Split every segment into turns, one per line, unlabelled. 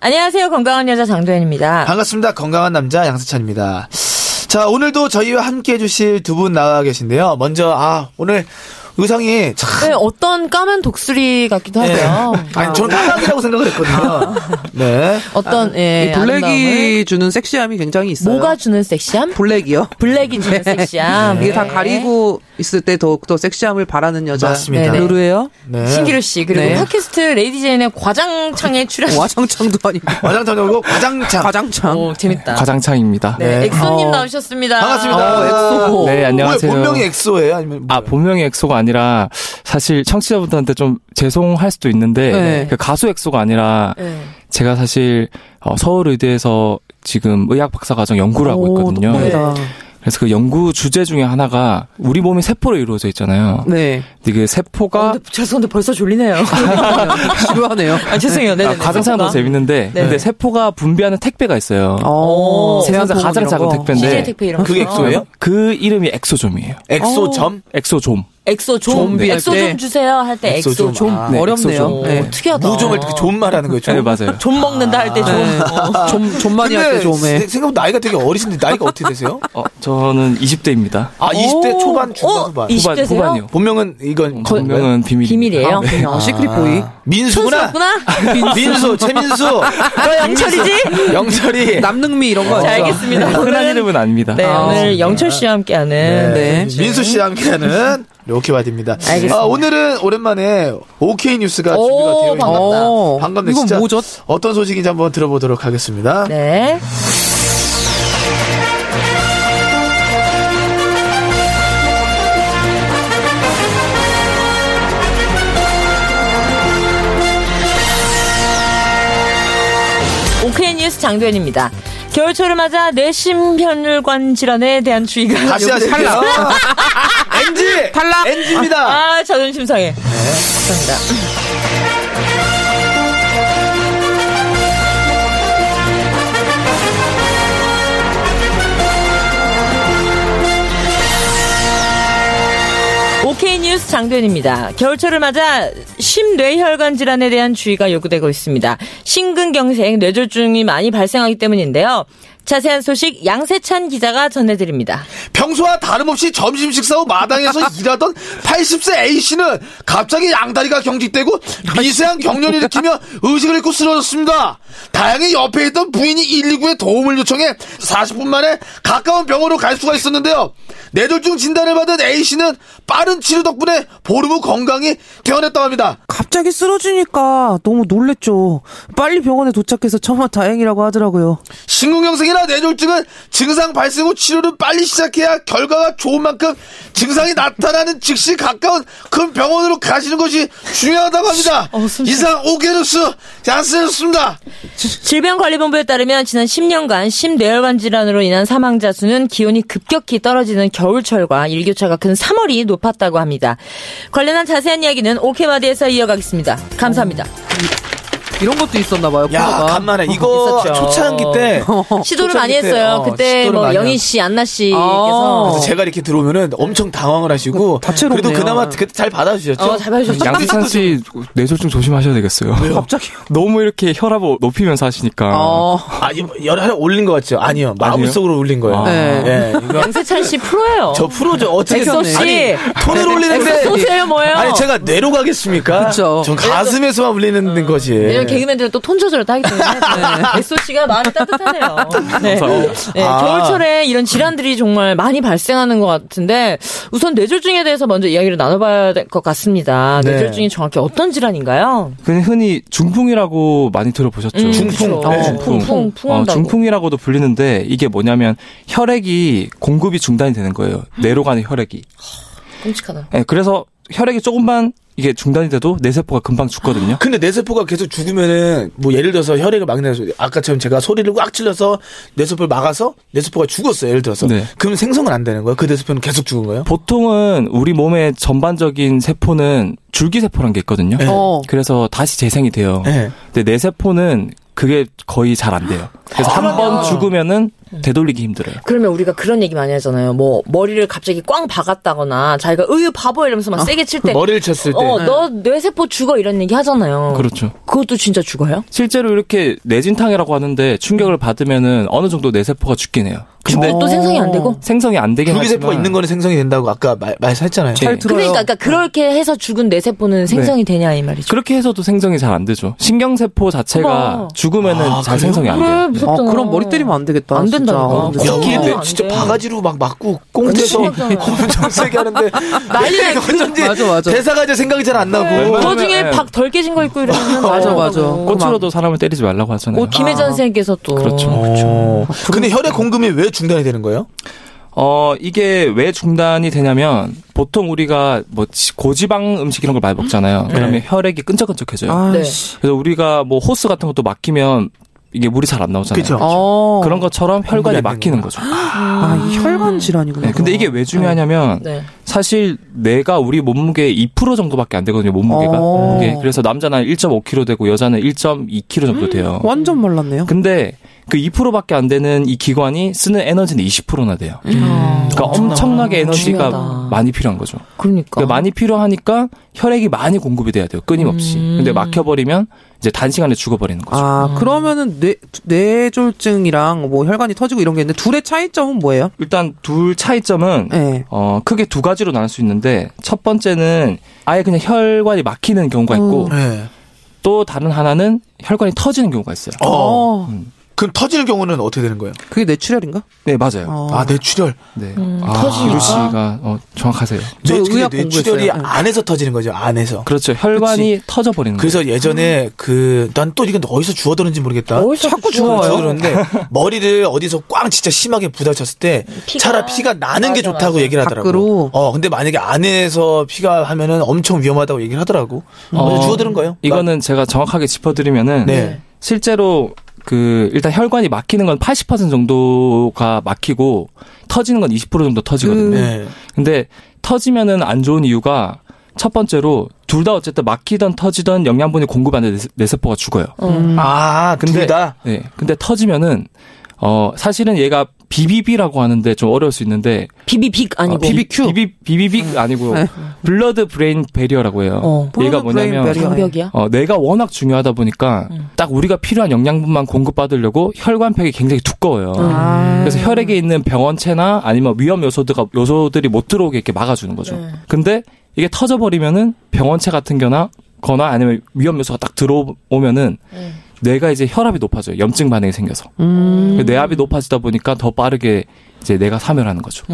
안녕하세요. 건강한 여자 장도연입니다.
반갑습니다 건강한 남자 양세찬입니다 자 오늘도 저희와 함께 해주실 두 분 나와 계신데요 먼저 아 오늘 의상이 참
네, 어떤 까만 독수리 같기도
네.
하고요.
아니 저는 탈락이라고 생각을 했거든요 네
어떤 예,
아, 이 블랙이
아름다움을.
주는 섹시함이 굉장히 있어요.
뭐가 주는 섹시함?
블랙이요?
블랙이 주는 섹시함.
이게 다
네.
가리고 있을 때 더욱더 섹시함을 바라는 여자.
맞습니다.
네네.
루루예요?
네.
신기루 씨 그리고
네.
팟캐스트 레이디 제인의 과장창에 출연.
와장창도 아니고
과장창이 오고 과장창
과장창.
네. 오 재밌다.
과장창입니다.
아. 네,
네.
엑소님
어.
나오셨습니다. 어,
반갑습니다 어,
엑소. 네, 안녕하세요.
뭐예요, 본명이 엑소예요 아니면
아, 본명이 엑소가 아니라 사실 청취자분들한테 좀 죄송할 수도 있는데
네.
그 가수 엑소가 아니라
네.
제가 사실 어, 서울의대에서 지금 의학 박사 과정 연구를 하고
오,
있거든요.
똑똑해.
똑똑하다.
그래서 그 연구 주제 중에 하나가 우리 몸이 세포로 이루어져 있잖아요.
네.
근데 그 세포가
어, 근데 죄송한데 벌써 졸리네요.
지루하네요.
아, 죄송해요. 네네네.
가장창은 더 재밌는데
네.
근데 세포가 분비하는 택배가 있어요.
어,
세상에서
제왕
가장
이런
작은
거.
택배인데
CJ 택배 이런 거.
그게 엑소예요?
그 이름이 엑소좀이에요.
엑소점
엑소좀.
엑소 좀
좀비 할
엑소
때.
좀 주세요 할 때
엑소
엑소
좀.
좀,
아,
네,
어렵네요.
엑소좀.
네.
특이하다.
뭐 무좀을 특히 좀 말하는 거예요 좀
네, 맞아요.
좀 먹는다 할 때 좀.
네. 좀, 좀만이 네. 할 때
근데
좀에.
세- 생각보다 나이가 되게 어리신데 나이가 어떻게 되세요?
어, 저는 20대입니다.
아 20대 초반 중반
어,
후반
이- 20
후반,
대세요?
후반이요.
본명은 이건
아,
네.
본명은 비밀.
비밀이에요.
아, 시크릿보이.
민수구나.
순수구나.
민수, 최민수.
너 영철이지?
영철이.
남능미 이런 거.
네. 자,
없죠?
알겠습니다.
네. 흔한
오늘은
이름은 아닙니다.
아, 네,
아,
오늘 영철 씨와 함께하는
네.
민수 씨와 함께하는 로키바디입니다.
알겠습니다.
아, 오늘은 오랜만에 OK 뉴스가
오,
준비가 되어 있습니다.
반갑다.
어,
반갑네,
이건
진짜.
뭐죠?
어떤 소식인지 한번 들어보도록 하겠습니다.
네. 오케이 뉴스 장도연입니다. 겨울철을 맞아 내심혈관 질환에 대한 주의가
다시
요구-
하세요. 아, NG!
탈락!
NG입니다. 네.
아 자존심 상해. 감사합니다. 오케이 뉴스 장도연입니다. 겨울철을 맞아 심뇌혈관 질환에 대한 주의가 요구되고 있습니다. 심근경색, 뇌졸중이 많이 발생하기 때문인데요. 자세한 소식 양세찬 기자가 전해드립니다.
평소와 다름없이 점심 식사 후 마당에서 일하던 80세 A씨는 갑자기 양다리가 경직되고 미세한 경련을 일으키며 의식을 잃고 쓰러졌습니다. 다행히 옆에 있던 부인이 119에 도움을 요청해 40분 만에 가까운 병원으로 갈 수가 있었는데요. 뇌졸중 진단을 받은 A씨는 빠른 치료 덕분에 보름 후 건강이 개원했다고 합니다.
갑자기 쓰러지니까 너무 놀랬죠. 빨리 병원에 도착해서 정말 다행이라고 하더라고요.
심근경색이나 뇌졸중은 증상 발생 후 치료를 빨리 시작해야 결과가 좋은 만큼 증상이 나타나는 즉시 가까운 큰 병원으로 가시는 것이 중요하다고 합니다. 이상 오게누스 양스였습니다.
질병관리본부에 따르면 지난 10년간 심뇌혈관 질환으로 인한 사망자 수는 기온이 급격히 떨어지는 겨울철과 일교차가 큰 3월이 높았다고 합니다. 관련한 자세한 이야기는 오케마디에서 이어가겠습니다. 감사합니다.
이런 것도 있었나 봐요. 코너가.
이거 초창기 때
시도를 많이 했어요. 그때 뭐 영희 씨, 안나 씨께서
아.
제가 이렇게 들어오면은 엄청 당황을 하시고
다채롭네요.
그때 잘 받아주셨죠.
어, 잘 봐주셨죠?
양세찬 씨 뇌졸중 조심하셔야 되겠어요.
갑자기.
너무 이렇게 혈압을 높이면서 하시니까.
어.
아, 이거 열을 올린 것 같죠? 아니요, 마음속으로 올린 거예요.
아.
예, 이거
양세찬 씨 프로예요.
저 프로죠. 어떻게
엑소 씨.
아니, 톤을 올리는데
엑소세요 뭐예요?
아니 제가 뇌로 가겠습니까?
그쵸.
전 가슴에서만 울리는 거지. 예.
왜냐면 개그맨들은 또 톤 조절을 다 하기 네. 때문에 네. 엑소 씨가 마음이 따뜻하네요. 네. 네,
아.
겨울철에 이런 질환들이 정말 많이 발생하는 것 같은데 우선 뇌졸중에 대해서 먼저 이야기를 나눠봐야 될 것 같습니다.
네.
뇌졸중이 정확히 어떤 질환인가요?
그냥 흔히 중풍이라고 많이 들어보셨죠.
음,
중풍.
그렇죠.
네,
중풍, 풍, 풍
어,
온다고.
중풍이라고도 불리는데 이게 뭐냐면 혈액이 공급이 중단이 되는 거예요. 뇌로 가는 혈액이.
끔찍하다.
예, 그래서 혈액이 조금만 이게 중단이 돼도 뇌세포가 금방 죽거든요.
근데 뇌세포가 계속 죽으면은 뭐 예를 들어서 혈액을 막는 소리 아까처럼 제가 소리를 꽉 질러서 뇌세포를 막아서 뇌세포가 죽었어요 예를 들어서
네.
그럼 생성은 안 되는 거예요 그 뇌세포는 계속 죽은 거예요
보통은 우리 몸의 전반적인 세포는 줄기세포란 게 있거든요.
네.
어.
그래서 다시 재생이 돼요.
네.
근데 뇌세포는 그게 거의 잘 안 돼요. 그래서 한 번 죽으면은 되돌리기 힘들어요.
그러면 우리가 그런 얘기 많이 하잖아요. 뭐 머리를 갑자기 꽝 박았다거나 자기가 으유 바보 이러면서 막 세게 아, 칠 때.
머리를 쳤을 때 음.
어, 너 뇌세포 죽어 이런 얘기 하잖아요.
그렇죠.
그것도 진짜 죽어요?
실제로 이렇게 뇌진탕이라고 하는데 충격을 받으면은 어느 정도 뇌세포가 죽긴 해요. 근데
죽고 또 생성이 안 되고?
생성이 안 되긴
줄기세포가
하지만
있는 거는 생성이 된다고 아까 말, 말했잖아요
잘 들어요.
그러니까, 그러니까 그렇게 해서 죽은 뇌세포는 생성이 되냐 이 말이죠.
그렇게 해서도 생성이 잘 안 되죠. 신경세포 자체가
어머.
죽으면은
아, 그래요?
잘 생성이 안 돼요.
아, 그럼 머리 때리면 안 아, 되겠다.
안 된다니까.
진짜.
야,
여기에
어,
뇌-
안
진짜
돼.
바가지로 막 맞고 꽁대서
그치.
엄청 세게 하는데
난리
왜
날 그-
어쩐지
맞아, 맞아.
대사가 이제 생각이 잘 안 나고 어.
웬만하면-
그 와중에 박 덜 깨진 거 있고 이러면
맞아, 맞아.
꽃으로도 사람을 때리지 말라고 하잖아요.
오뭐 김혜전 선생님께서 또
그렇죠.
어. 근데 혈액 공급이 왜 중단이 되는 거예요?
어, 이게 왜 중단이 되냐면 보통 우리가 뭐 지- 고지방 음식 이런 걸 많이 먹잖아요. 그러면 혈액이 끈적끈적해져요.
네.
아씨.
그래서 우리가 뭐 호스 같은 것도 막히면 이게 물이 잘 안 나오잖아요.
그쵸.
어.
그런 것처럼
공급이
혈관이
안
막히는 거죠.
아, 이 혈관 질환이구나.
네, 근데 이게 왜 중요하냐면
네.
사실 뇌가 우리 몸무게 2% 정도밖에 안 되거든요. 몸무게가.
어.
이게 그래서 남자는 1.5kg 되고 여자는 1.2kg 정도 돼요.
완전 말랐네요.
근데 그 2%밖에 안 되는 이 기관이 쓰는 에너지는 20%나 돼요.
아,
그러니까 엄청나게 에너지가
중요하다.
많이 필요한 거죠.
그러니까.
그러니까 많이 필요하니까 혈액이 많이 공급이 돼야 돼요. 끊임없이.
음.
근데 막혀버리면 이제 단시간에 죽어버리는 거죠.
아, 그러면은 뇌, 뇌졸증이랑 뭐 혈관이 터지고 이런 게 있는데 둘의 차이점은 뭐예요?
일단 둘 차이점은
예. 네.
어, 크게 두 가지로 나눌 수 있는데 첫 번째는 아예 그냥 혈관이 막히는
음.
경우가 있고
네.
또 다른 하나는 혈관이 터지는 경우가 있어요.
어.
어.
그럼 터지는 경우는 어떻게 되는 거예요?
그게 뇌출혈인가?
네 맞아요.
어.
아, 뇌출혈.
네.
음, 터지니까?
기루 씨가 어, 정확하세요.
저
뇌, 근데
의학
뇌출혈이
공부했어요.
안에서 터지는 거죠, 안에서.
그렇죠. 혈관이 터져 버리는 거예요.
그래서 예전에 그, 난 또 이건 어디서 주워들었는지 모르겠다.
어디서 자꾸 주워요?
그러는데 머리를 어디서 꽝 진짜 심하게 부딪혔을 때
피가-
차라리 피가 나는 게
맞아,
좋다고
맞아.
얘기를 하더라고.
밖으로?
어, 근데 만약에 안에서 피가 하면은 엄청 위험하다고 얘기를 하더라고. 어, 주워들은 거예요?
이거는 제가 정확하게 짚어드리면은
네.
실제로 그 일단 혈관이 막히는 건 80% 정도가 막히고 터지는 건 20% 정도 터지거든요.
네.
근데 터지면은 안 좋은 이유가 첫 번째로 둘 다 어쨌든 막히던 터지던 영양분이 공급 안 돼 뇌세포가 죽어요.
음.
아, 근데. 둘 다?
네. 근데 터지면은 어 사실은 얘가 BBB라고 하는데 좀 어려울 수 있는데 어,
비비빅 아니고.
BBQ BB, BBB 아니고 블러드 브레인 베리어라고 해요.
어.
얘가
네. 블러드 브레인
뭐냐면
베리어.
장벽이야?
어, 뇌가 워낙 중요하다 보니까
음.
딱 우리가 필요한 영양분만 공급받으려고 혈관벽이 굉장히 두꺼워요. 아.
아. 어.
그래서 혈액에 있는 병원체나 아니면 위험 요소들가 요소들이 못 들어오게 이렇게 막아주는 거죠.
네.
근데 이게 터져버리면은 병원체 같은 거나 거나 아니면 위험 요소가 딱 들어오면은
네.
뇌가 이제 혈압이 높아져요. 염증 반응이 생겨서
음.
그 뇌압이 높아지다 보니까 더 빠르게 이제 뇌가 사멸하는 거죠.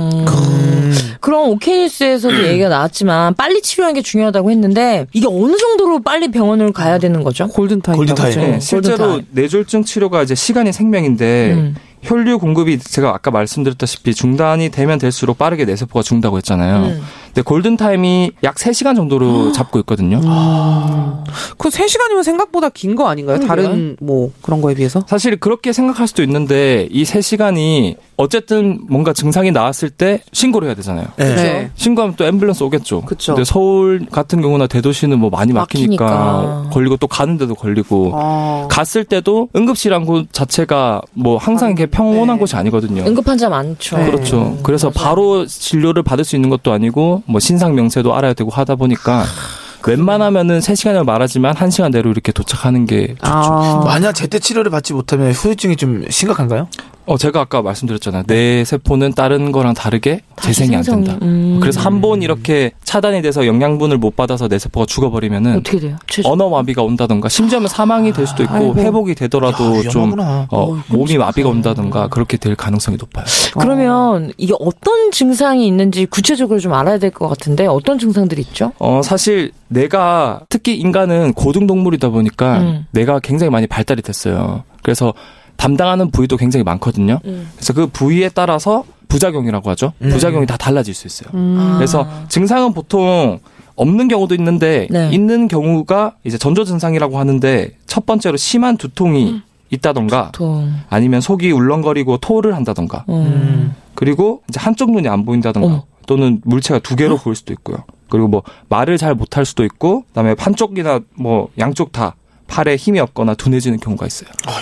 그럼 오케이뉴스에서도 얘기가 나왔지만 빨리 치료하는 게 중요하다고 했는데 이게 어느 정도로 빨리 병원을 가야 되는 거죠?
골든타임.
골든타임.
그죠?
네,
어,
실제로
골든타임.
뇌졸중 치료가 이제 시간이 생명인데
음.
혈류 공급이 제가 아까 말씀드렸다시피 중단이 되면 될수록 빠르게 뇌세포가 죽는다고 했잖아요.
음.
근데 골든 타임이 약 3시간 정도로 잡고 있거든요.
그 3시간이면 생각보다 긴 거 아닌가요? 다른 뭐 그런 거에 비해서?
사실 그렇게 생각할 수도 있는데 이 3시간이 어쨌든 뭔가 증상이 나왔을 때 신고를 해야 되잖아요.
네.
신고하면 또 앰뷸런스 오겠죠.
그쵸.
근데 서울 같은 경우나 대도시는 뭐 많이 막히니까,
막히니까.
걸리고 또 가는데도 걸리고
아.
갔을 때도 응급실한 곳 자체가 뭐 항상 이렇게 평온한
네.
곳이 아니거든요.
응급환자 많죠.
네.
그렇죠. 그래서 바로 진료를 받을 수 있는 것도 아니고 뭐 신상 명세도 알아야 되고 하다 보니까 웬만하면은 3시간을 말하지만 1시간 내로 이렇게 도착하는 게
아.
어. 만약 제때 치료를 받지 못하면 후유증이 좀 심각한가요?
어, 제가 아까 말씀드렸잖아요. 뇌 세포는 다른 거랑 다르게
다시
재생이 안
생성이-
된다.
음.
그래서 한 번 이렇게 차단이 돼서 영양분을 못 받아서 뇌 세포가 죽어버리면은
어떻게 돼요? 최종.
언어 마비가 온다던가 심지어는 사망이 될 수도 있고 회복이 되더라도
야,
좀
아, 위험하구나.
어, 몸이 마비가 온다던가 그렇게 될 가능성이 높아요.
그러면 이게 어떤 증상이 있는지 구체적으로 좀 알아야 될 것 같은데 어떤 증상들이 있죠?
어, 사실 내가 특히 인간은 고등동물이다 보니까
음.
내가 굉장히 많이 발달이 됐어요. 그래서 담당하는 부위도 굉장히 많거든요.
음.
그래서 그
음.
부위에
아,
따라서 부작용이라고 하죠. 부작용이 다 달라질 수 있어요. 그래서 증상은 보통 없는 경우도 있는데
네.
있는 경우가 이제 전조 증상이라고 하는데 첫 번째로 심한
음.
두통이 있다던가
보통.
아니면 속이 울렁거리고 토를 한다던가
어.
그리고 이제 한쪽 눈이 안 보인다던가
어머.
또는 물체가 두 개로 보일 수도 있고요. 그리고 뭐 말을 잘 못할 수도 있고 그다음에 한쪽이나 뭐 양쪽 다 팔에 힘이 없거나 둔해지는 경우가 있어요.
근데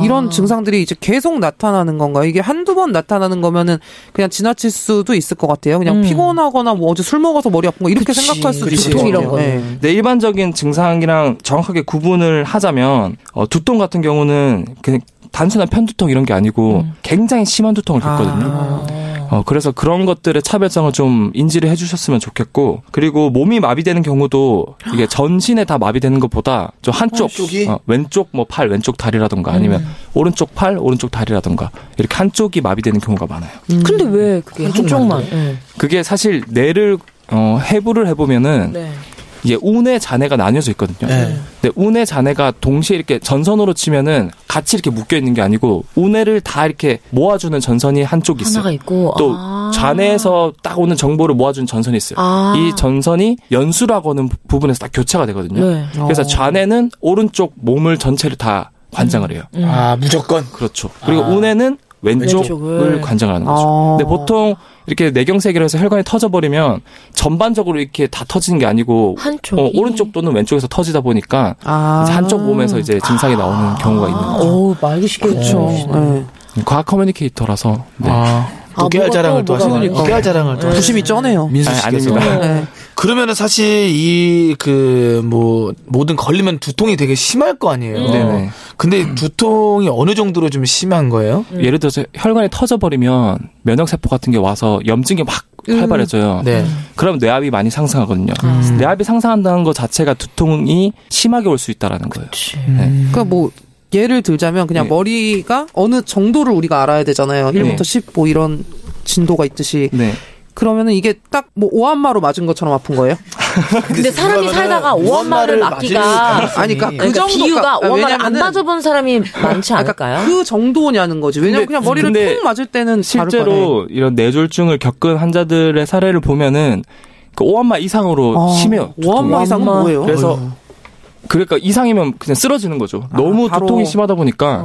아.
이런 증상들이 이제 계속 나타나는 건가요? 이게 한두 번 나타나는 거면은 그냥 지나칠 수도 있을 것 같아요. 그냥
음.
피곤하거나 뭐 어제 술 먹어서 머리 아픈 거 이렇게
그치.
생각할 수도
그치.
있을 것
두통 이런
같아요.
거는.
네.
네, 일반적인 증상이랑 정확하게 구분을 하자면 어, 두통 같은 경우는 그냥 단순한 편두통 이런 게 아니고 굉장히 심한 두통을 겪거든요. 어, 그래서 그런 것들의 차별성을 좀 인지를 해주셨으면 좋겠고 그리고 몸이 마비되는 경우도 이게 전신에 다 마비되는 것보다 좀 한쪽
한쪽이?
어, 왼쪽 뭐 팔 왼쪽 다리라든가 아니면 오른쪽 팔 오른쪽 다리라든가 이렇게 한쪽이 마비되는 경우가 많아요.
음. 근데 왜 그게 한쪽만? 네.
그게 사실 뇌를 어, 해부를 해보면은
네.
이게 운의 잔해가 나뉘어져 있거든요.
네.
근데 운의 잔해가 동시에 이렇게 전선으로 치면은 같이 이렇게 묶여 있는 게 아니고 운해를 다 이렇게 모아주는 전선이 한쪽이 있어요.
하나가 있고
또
아.
잔해에서 딱 오는 정보를 모아주는 전선이 있어요.
아.
이 전선이 연수라고 하는 부- 부분에서 딱 교차가 되거든요.
네.
어.
그래서 좌뇌는 오른쪽 몸을 전체를 다 관장을 해요.
아 무조건
그렇죠. 그리고 운해는
음.
왼쪽을
왼쪽을.
관장을 하는 거죠.
아.
근데 보통 이렇게 내경색이라 해서 혈관이 터져버리면 전반적으로 이렇게 다 터지는 게 아니고
한쪽이.
어, 오른쪽 또는 왼쪽에서 터지다 보니까
아.
이제 한쪽 몸에서 이제 증상이 나오는 경우가 있는
아,
거죠.
어우, 말도 쉽게
그렇죠.
해주시네.
네.
과학 커뮤니케이터라서 네.
아,
깨알
뭐가
자랑을 또
또 뭐가
하시네요.
그러니까.
깨알 자랑을 또
부심이 쩌네요.
민수
아니,
씨께서
아닙니다.
네.
그러면은 사실 이 그 뭐 모든 걸리면 두통이 되게 심할 거 아니에요.
음.
네네.
근데 두통이 어느 정도로 좀 심한 거예요?
예를 들어서 혈관이 터져버리면 면역세포 같은 게 와서 염증이 막 활발해져요.
네.
그럼 뇌압이 많이 상승하거든요. 뇌압이 상승한다는 것 자체가 두통이 심하게 올 수 있다라는 거예요. 네.
그러니까 뭐 예를 들자면 그냥
네.
머리가 어느 정도를 우리가 알아야 되잖아요. 1부터 10뭐 이런 진도가 있듯이
네.
그러면은 이게 딱 뭐 오한마로 맞은 것처럼 아픈 거예요?
근데 사람이 살다가 오한마를 맞기가
아니, 그러니까 그
그러니까
정도가-
비유가
아,
오한마를 안
왜냐면은-
맞아본 사람이 많지 않을까요?
그 정도냐는 거지. 왜냐면 그냥 머리를
근데
퐁 맞을 때는 다를
실제로 이런 뇌졸중을 겪은 환자들의 사례를 보면은 그 오한마 이상으로
거네.
심해요.
아, 오한마
두통이.
이상은 뭐예요?
그래서 그러니까 이상이면 그냥 쓰러지는 거죠. 너무
바로-
두통이 심하다 보니까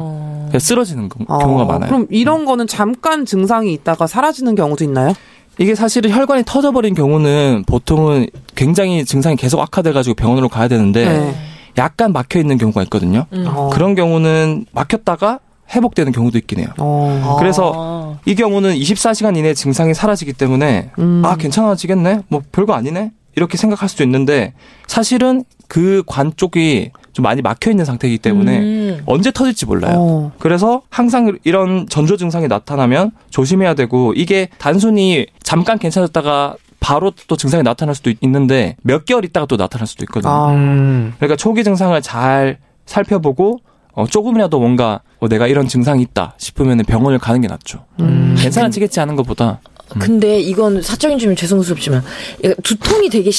그냥 쓰러지는 거-
어,
경우가 많아요.
그럼 이런 거는 잠깐 증상이 있다가 사라지는 경우도 있나요?
이게 사실은 혈관이 터져버린 경우는 보통은 굉장히 증상이 계속 악화돼가지고 병원으로 가야 되는데 약간 막혀 있는 경우가 있거든요.
어.
그런 경우는 막혔다가 회복되는 경우도 있긴 해요.
어.
그래서 이 경우는 24시간 이내 증상이 사라지기 때문에
음.
아 괜찮아지겠네, 뭐 별거 아니네 이렇게 생각할 수도 있는데 사실은 그 관 쪽이 좀 많이 막혀 있는 상태이기 때문에
음.
언제 터질지 몰라요.
어.
그래서 항상 이런 전조 증상이 나타나면 조심해야 되고 이게 단순히 잠깐 괜찮았다가 바로 또 증상이 나타날 수도 있는데 몇 개월 있다가 또 나타날 수도 있거든요.
아.
그러니까 초기 증상을 잘 살펴보고 어, 조금이라도 뭔가 어, 내가 이런 증상이 있다 싶으면 병원을 가는 게 낫죠. 괜찮아지겠지 하는 것보다
음. 근데 이건 사적인 점이 죄송스럽지만 이게 두통이 되게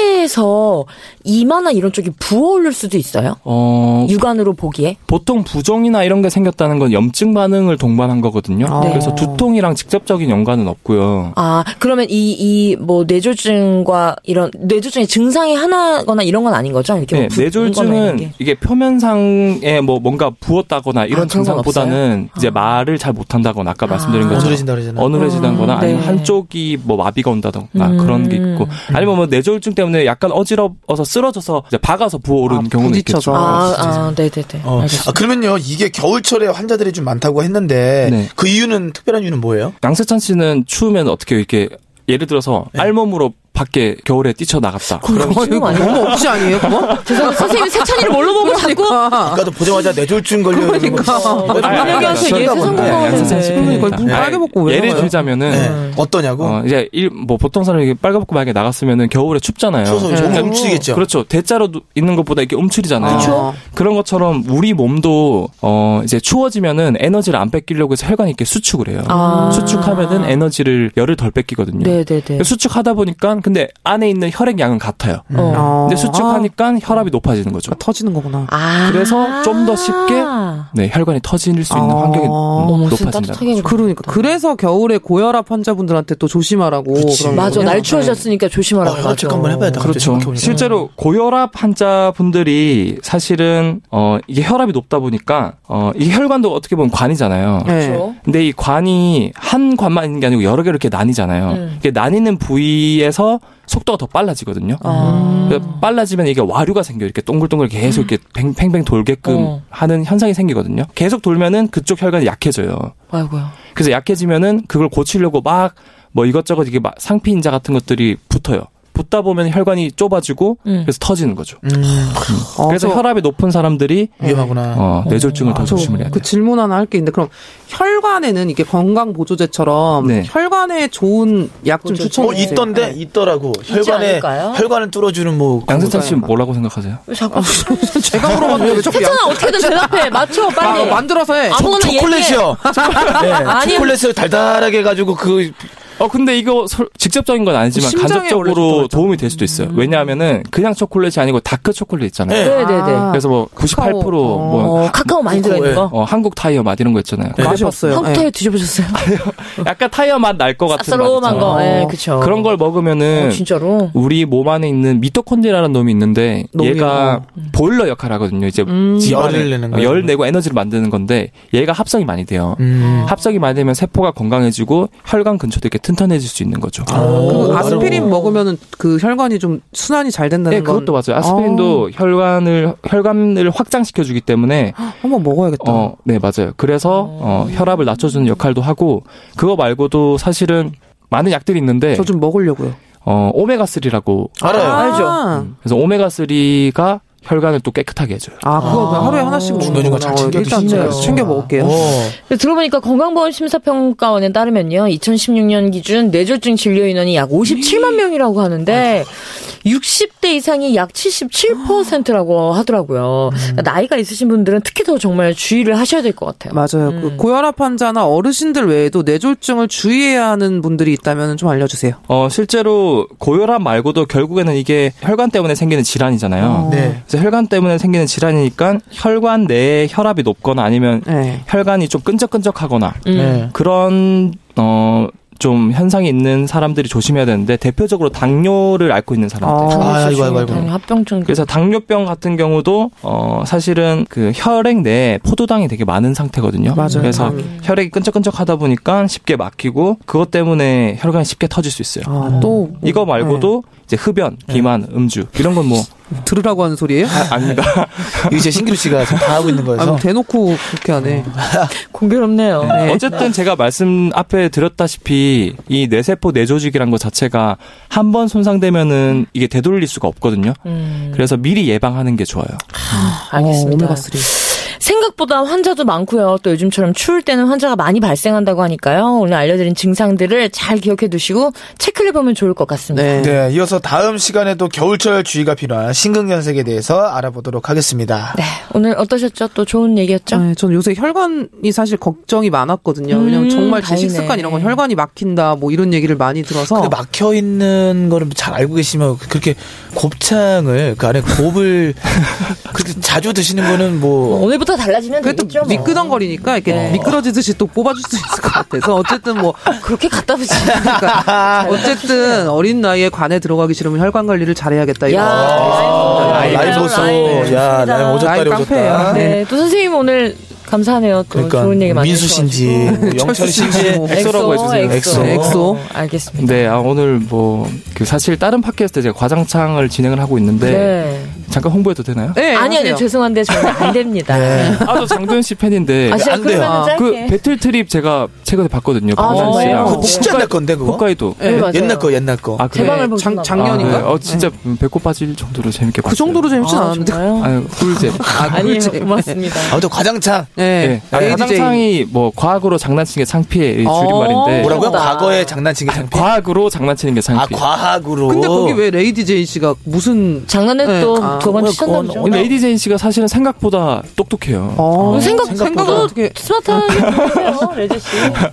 심해서 이마나 이런 쪽이 부어오를 수도 있어요.
어,
육안으로 보기에.
보통 부종이나 이런 게 생겼다는 건 염증 반응을 동반한 거거든요.
아.
그래서 두통이랑 직접적인 연관은 없고요.
아 그러면 이 이 뭐 뇌졸중과 이런 뇌졸중의 증상이 하나거나 이런 건 아닌 거죠? 이렇게 뭐
네,
붓- 붓거나 이런
뇌졸중은
게.
이게 표면상에 뭐 뭔가 부었다거나
아, 그런
이런
건
증상보다는 이제 말을 잘 못한다거나 아까 말씀드린
아.
것처럼
어눌해진다 그러잖아요.
어눌해진다거나
음,
아니면
네.
한쪽이 뭐 마비가 온다던가 그런 게 있고 아니면 뭐 뇌졸중 때문에 약간 어지러워서 쓰러져서 이제 박아서 부어오른
아,
경우는
부딪혀서.
있겠죠.
아, 아, 네네네.
어.
알겠습니다.
아, 그러면요 이게 겨울철에 환자들이 좀 많다고 했는데
네.
그 이유는 특별한 이유는 뭐예요?
양세찬 씨는 추우면 어떻게 이렇게 예를 들어서
네.
알몸으로 밖에 겨울에 뛰쳐 나갔다.
그럼 미치는 거 아니에요?
너무 억지 아니에요, 그거?
죄송해요. 선생님 세찬이를 뭘로 보고 자꾸
그러니까.
아까도 보자마자 뇌졸중 걸려 있는
그러니까.
거. 이거
아,
좀
민혁이
약간
형수
생각보다.
예술성
네.
공부하고
양세찬 씨
그러니까
팬이니까. 뭐
눈 빨개 먹고 왜
예를
나가요?
아,
들자면은
네. 어떠냐고?
어, 이제 일, 뭐 보통 사람이 이렇게 빨갛고 말게 나갔으면은 겨울에 춥잖아요.
추워서
네.
그러니까
몸이 움츠리겠죠.
그렇죠. 대자로 누- 있는 것보다 이렇게 움츠리잖아요.
그쵸.
런 것처럼 우리 몸도 어 이제 추워지면은 에너지를 안 뺏기려고 해서 혈관이 이렇게 수축을 해요.
아.
수축하면은 에너지를 열을 덜 뺏기거든요.
네네네.
수축하다 보니까 하지만 근데 안에 있는 혈액 양은 같아요.
어.
근데 수축하니까 혈압이 높아지는 거죠.
아, 터지는 거구나.
아.
그래서 좀더 쉽게
어,
네, 혈관이 터질 수 있는
아.
환경이
어머,
진짜
높아진다.
따뜻하게 입고
그러니까 그래서 겨울에 고혈압 환자분들한테 또 조심하라고. 그런
맞아
거군요.
날 추워졌으니까 조심하라고
아, 체크 한번 해봐야 돼.
그렇죠. 실제로 고혈압 환자분들이 사실은 어 이게 혈압이 높다 보니까 어 이 혈관도 어떻게 보면 관이잖아요.
네.
그렇죠.
근데 이 관이 한 관만 있는 게 아니고 여러 개로 이렇게 나뉘잖아요.
음.
이게 나뉘는 부위에서 속도가 더 빨라지거든요. 그러니까 빨라지면 이게 와류가 생겨 요 이렇게 동글동글 계속 이렇게 팽- 팽팽 돌게끔
어.
하는 현상이 생기거든요. 계속 돌면은 그쪽 혈관이 약해져요.
아이고야.
그래서 약해지면은 그걸 고치려고 막 뭐 이것저것 이게 막 상피 인자 같은 것들이 붙어요. 붙다 보면 혈관이 좁아지고
음.
그래서 터지는 거죠.
어,
그래서
저-
혈압이 높은 사람들이
위험하구나.
어, 뇌졸중을 더
저
조심을 해야
그
돼요.
질문 하나 할 게 있는데 그럼 혈관에는 이게 건강 보조제처럼
네.
혈관에 좋은 약 좀
보조제.
추천해
어,
주세요.
있던데
네.
있더라고. 혈관에
않을까요?
혈관을 뚫어주는 뭐
양세찬 씨는 뭐라고 생각하세요?
왜 자꾸
제가 물어봤는데 왜 자꾸 양...
세찬아 어떻게든 대답해 맞춰
아,
빨리.
만들어서 해.
아무거나 얘기해.
초콜릿이요. 네,
아니요.
초콜릿을 달달하게 해가지고 그
어 근데 이거 설- 직접적인 건 아니지만
심장에 원래
간접적으로
좋다고
도움이 될 수도 있어요. 왜냐하면은 그냥 초콜릿이 아니고 다크 초콜릿 있잖아요.
네.
네네네.
아.
그래서 뭐 98%뭐
어,
어, 카카오 많이 들어있는 거.
어, 한국 타이어 맛 이런 거 있잖아요.
맛이 없어요.
한국 타이어 드셔보셨어요?
약간 타이어 맛 날 것 같은 맛
쌉싸름한
있잖아요.
거. 예,
어.
그쵸.
그런 걸 먹으면은
네.
어, 진짜로.
우리 몸 안에 있는 미토콘드리아라는 놈이 있는데
놈이요.
얘가 보일러 역할을 하거든요. 이제 어,
열을 내는 거예요.
열 내고 에너지를 만드는 건데 얘가 합성이 많이 돼요.
음.
합성이 많이 되면 세포가 건강해지고 혈관 근처도 이렇게 튼튼해질 수 있는 거죠.
아, 어,
그 아스피린 먹으면은 그 혈관이 좀 순환이 잘 된다는
예, 그것도
건-
맞아요. 아스피린도 혈관을 혈관을 확장시켜 주기 때문에
아, 한번 먹어야겠다.
어, 네, 맞아요. 그래서 어, 혈압을 낮춰 주는 역할도 하고 그거 말고도 사실은 많은 약들이
네.
있는데
저 좀 먹으려고요.
어, 오메가3라고
네.
알아요.
알죠.
그래서 오메가3가 혈관을 또 깨끗하게 해줘요.
아, 그거 그냥 하루에 하나씩 먹는
중간중간
거구나.
잘 챙겨
일단
드시네요.
제가 챙겨
어,
먹을게요.
근데 들어보니까 건강보험심사평가원에 따르면요, 2016년 기준 뇌졸중 진료 인원이 약
음.
57만 명이라고 하는데,
아.
60대 이상이 약 77%라고 하더라고요.
음.
그러니까 나이가 있으신 분들은 특히 더 정말 주의를 하셔야 될 것 같아요.
맞아요. 그 고혈압 환자나 어르신들 외에도 뇌졸중을 주의해야 하는 분들이 있다면 좀 알려주세요.
어, 실제로 고혈압 말고도 결국에는 이게 혈관 때문에 생기는 질환이잖아요.
어.
네.
그래서 혈관 때문에 생기는 질환이니까 혈관 내에 혈압이 높거나 아니면
네.
혈관이 좀 끈적끈적하거나
음.
네.
그런 어, 좀 현상이 있는 사람들이 조심해야 되는데 대표적으로 당뇨를 앓고 있는 사람들.
어.
아, 아이고, 아이고, 아이고.
당뇨 음, 합병증.
그래서 당뇨병 같은 경우도 어 사실은 그 혈액 내에 포도당이 되게 많은 상태거든요.
맞아요. 음.
그래서
당이.
혈액이 끈적끈적하다 보니까 쉽게 막히고 그것 때문에 혈관이 쉽게 터질 수 있어요.
아, 또
이거 말고도 이제 흡연, 비만, 음주 이런 건 뭐
네. 들으라고 하는 소리예요?
아닙니다.
이제 신기루 씨가 지금 다 하고 있는
아,
거여서 음,
뭐 대놓고 그렇게 하네.
공교롭네요.
어쨌든 제가 말씀 앞에 드렸다시피 이 뇌세포 뇌조직이란 것 자체가 한 번 손상되면은 이게 되돌릴 수가 없거든요.
음,
그래서 미리 예방하는 게 좋아요.
알겠습니다.
어, 오메가3.
생각보다 환자도 많고요. 또 요즘처럼 추울 때는 환자가 많이 발생한다고 하니까요. 오늘 알려드린 증상들을 잘 기억해 두시고 체크를 해보면 좋을 것 같습니다.
네.
네, 이어서 다음 시간에도 겨울철 주의가 필요한 심근경색에 대해서 알아보도록 하겠습니다.
네, 오늘 어떠셨죠? 또 좋은 얘기였죠?
음.
네, 전 요새 혈관이 사실 걱정이 많았거든요.
음,
왜냐면 정말 제
다행이네.
식습관 이런 거 혈관이 막힌다 뭐 이런 얘기를 많이 들어서
근데 막혀 있는 거를 잘 알고 계시면 그렇게 곱창을 그 안에 곱을 그렇게 자주 드시는 거는 뭐
오늘부터 달라지면
그게 또
되겠죠. 뭐.
미끄덩거리니까 이렇게
네.
미끄러지듯이 또 뽑아줄 수 있을 것 같아서 어쨌든 뭐
그렇게 갖다 붙이.
그러니까
네.
어쨌든 어린 나이에 관에 들어가기 싫으면 혈관 관리를 잘해야겠다. 아, 이런
야,
라이브 보소. 아, 야, 나이 오졌다,
라이브
오졌다.
깡패예요.
네, 또 선생님 오늘 감사하네요. 또
그러니까
좋은 얘기 많이 어,
민수 씨인지 뭐 영철 씨인지
뭐.
엑소라고 해주세요.
엑소.
엑소.
엑소.
알겠습니다.
네, 아, 오늘 뭐, 그 사실 다른 팟캐스트에 제가 과장창을 진행을 하고 있는데,
네.
잠깐 홍보해도 되나요?
네,
아니, 아니요.
하세요.
죄송한데 저는 안 됩니다.
아, 저 장도연 씨 팬인데,
아,
네.
진짜
안 돼요.
그러면 짧게.
그 배틀 트립 제가 최근에 봤거든요.
아,
박난
정말요?
씨랑
그거 진짜 옛날 건데 그거
홋카이도.
네, 맞아요.
옛날 거 옛날 거
아,
제
그래요?
방을
네,
보셨나
장-
봐요.
작년인가?
아, 네. 어, 진짜 배꼽 빠질 정도로 재밌게 봤어요.
그 정도로 재밌진
아,
않았는데.
정말요?
아유, 꿀잼.
아니에요. 네,
그렇지.
고맙습니다.
그렇죠. 아무튼 과장창
네.
네.
아,
ADJ.
가장창이 뭐, 과학으로 장난치는 게 창피해.
어,
이 줄임말인데.
뭐라고?
뭐라고요?
그거다.
과거의 장난치기 창피.
과학으로 장난치는 게
아
창피해.
과학으로.
뭐.
근데 거기 왜 레이디 제이 씨가 무슨
장난을
네.
또
아.
그건 추천남이죠.
우리 레이디 제인 씨가 사실은 생각보다 똑똑해요.
어.
생각,
생각보다
생각보다
어떻게-
스마트하게 보세요, 레즈 씨.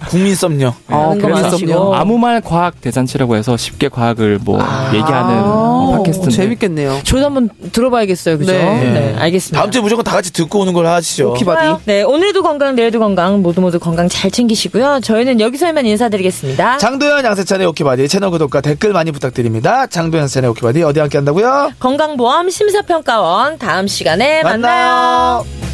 국민 썸녀.
아,
하는 거
그래서
많으시고.
아무 말 과학 대잔치라고 해서 쉽게 과학을 뭐 얘기하는
아,
팟캐스트인데
재밌겠네요.
저도 한번 들어봐야겠어요, 그죠?
네.
네. 알겠습니다.
다음 주에 무조건 다 같이 듣고 오는 걸 하시죠.
키바디.
네, 오늘도 건강, 내일도 건강, 모두 모두 건강 잘 챙기시고요. 저희는 여기서만 인사드리겠습니다.
장도연 양세찬의 오키바디 채널 구독과 댓글 많이 부탁드립니다. 장도연 양세찬의 오키바디 어디 함께 한다고요?
건강보험 심사평가원 다음 시간에 네, 만나요.
만나요.